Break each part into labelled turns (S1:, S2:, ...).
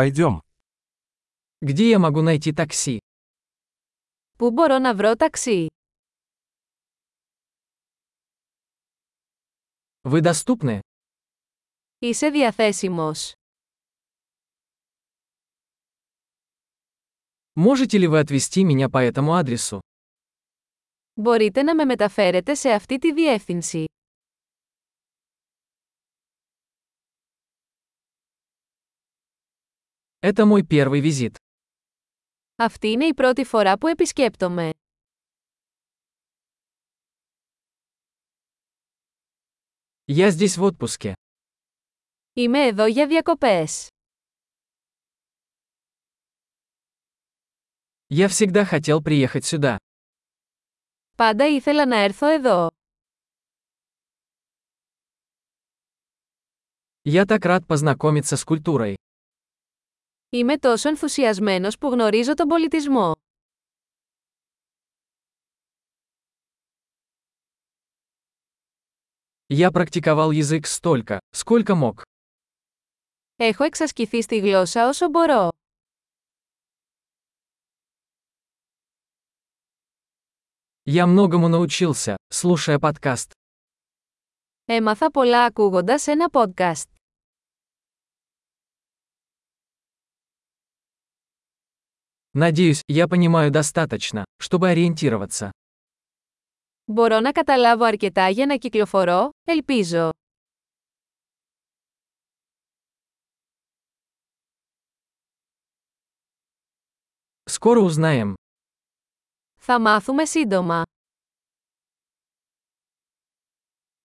S1: Пойдем.
S2: Где я могу найти такси?
S3: Πού μπορώ να βρω ταξί?
S2: Вы доступны?
S3: Είσαι διαθέσιμος.
S2: Можете ли вы отвезти меня по этому адресу?
S3: Μπορείτε να με μεταφέρετε σε αυτή τη διεύθυνση.
S2: Это мой первый визит.
S3: Αυτή είναι η πρώτη φορά που επισκέπτομαι.
S2: Я здесь в отпуске.
S3: Είμαι εδώ για διακοπές.
S2: Я всегда хотел приехать сюда.
S3: Πάντα ήθελα να έρθω εδώ.
S2: Я так рад познакомиться с культурой.
S3: Είμαι τόσο ενθουσιασμένος που γνωρίζω τον πολιτισμό.
S2: Я практиковал язык столько, сколько мог.
S3: Έχω εξασκηθεί στη γλώσσα όσο μπορώ.
S2: Я многому научился, слушая подкаст.
S3: Έμαθα πολλά ακούγοντας ένα podcast.
S2: Надеюсь, я понимаю достаточно, чтобы ориентироваться.
S3: Μπορώ να καταλάβω αρκετά για να κυκλοφορώ, ελπίζω.
S2: Скоро узнаем.
S3: Θα μάθουμε σύντομα.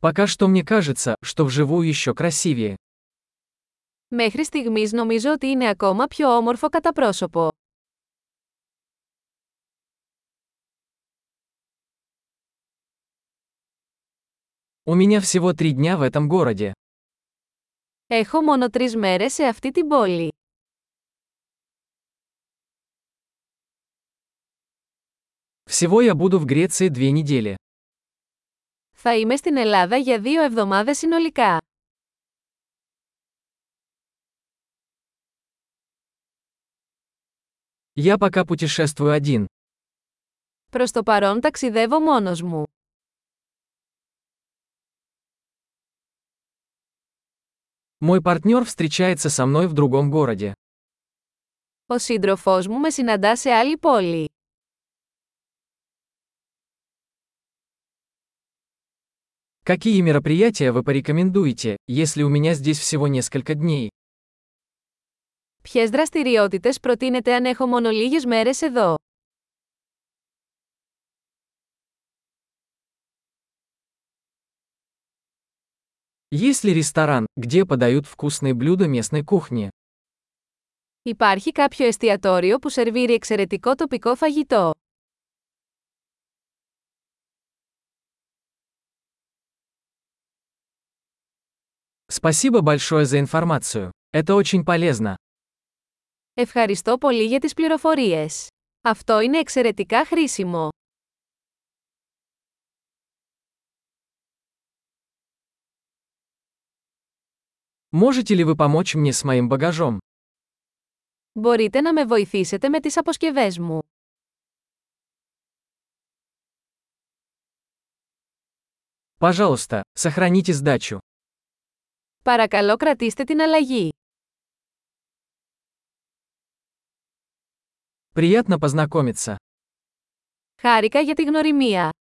S2: Пока что мне кажется, что вживую еще красивее.
S3: Μέχρι στιγμής νομίζω ότι είναι ακόμα πιο όμορφο κατά πρόσωπο.
S2: У меня всего три дня в этом городе.
S3: Έχω μόνο τρεις μέρες σε αυτή την πόλη.
S2: Всего я буду в Греции две недели.
S3: Θα είμαι στην Ελλάδα για δύο εβδομάδες συνολικά.
S2: Я пока путешествую один.
S3: Προς το παρόν ταξιδεύω μόνος μου.
S2: Мой партнер встречается со мной в другом городе.
S3: Ο σύντροφός μου με συναντά σε άλλη πόλη.
S2: Какие мероприятия вы порекомендуете, если у меня здесь всего несколько дней?
S3: Ποιες δραστηριότητες προτείνετε αν έχω μόνο λίγες μέρες εδώ.
S2: Есть ли ресторан, где подают вкусные блюда местной кухни?
S3: Υπάρχει κάποιο εστιατόριο που σερβίρει εξαιρετικό τοπικό φαγητό.
S2: Спасибо большое за информацию. Это очень полезно.
S3: Ευχαριστώ πολύ για τις πληροφορίες. Αυτό είναι εξαιρετικά χρήσιμο.
S2: Можете ли вы помочь мне с моим багажом?
S3: Μπορείτε να με βοηθήσετε με τις αποσκευές μου.
S2: Пожалуйста, сохраните сдачу.
S3: Παρακαλώ κρατήστε την αλλαγή.
S2: Приятно познакомиться.
S3: Χάρηκα για τη γνωριμία.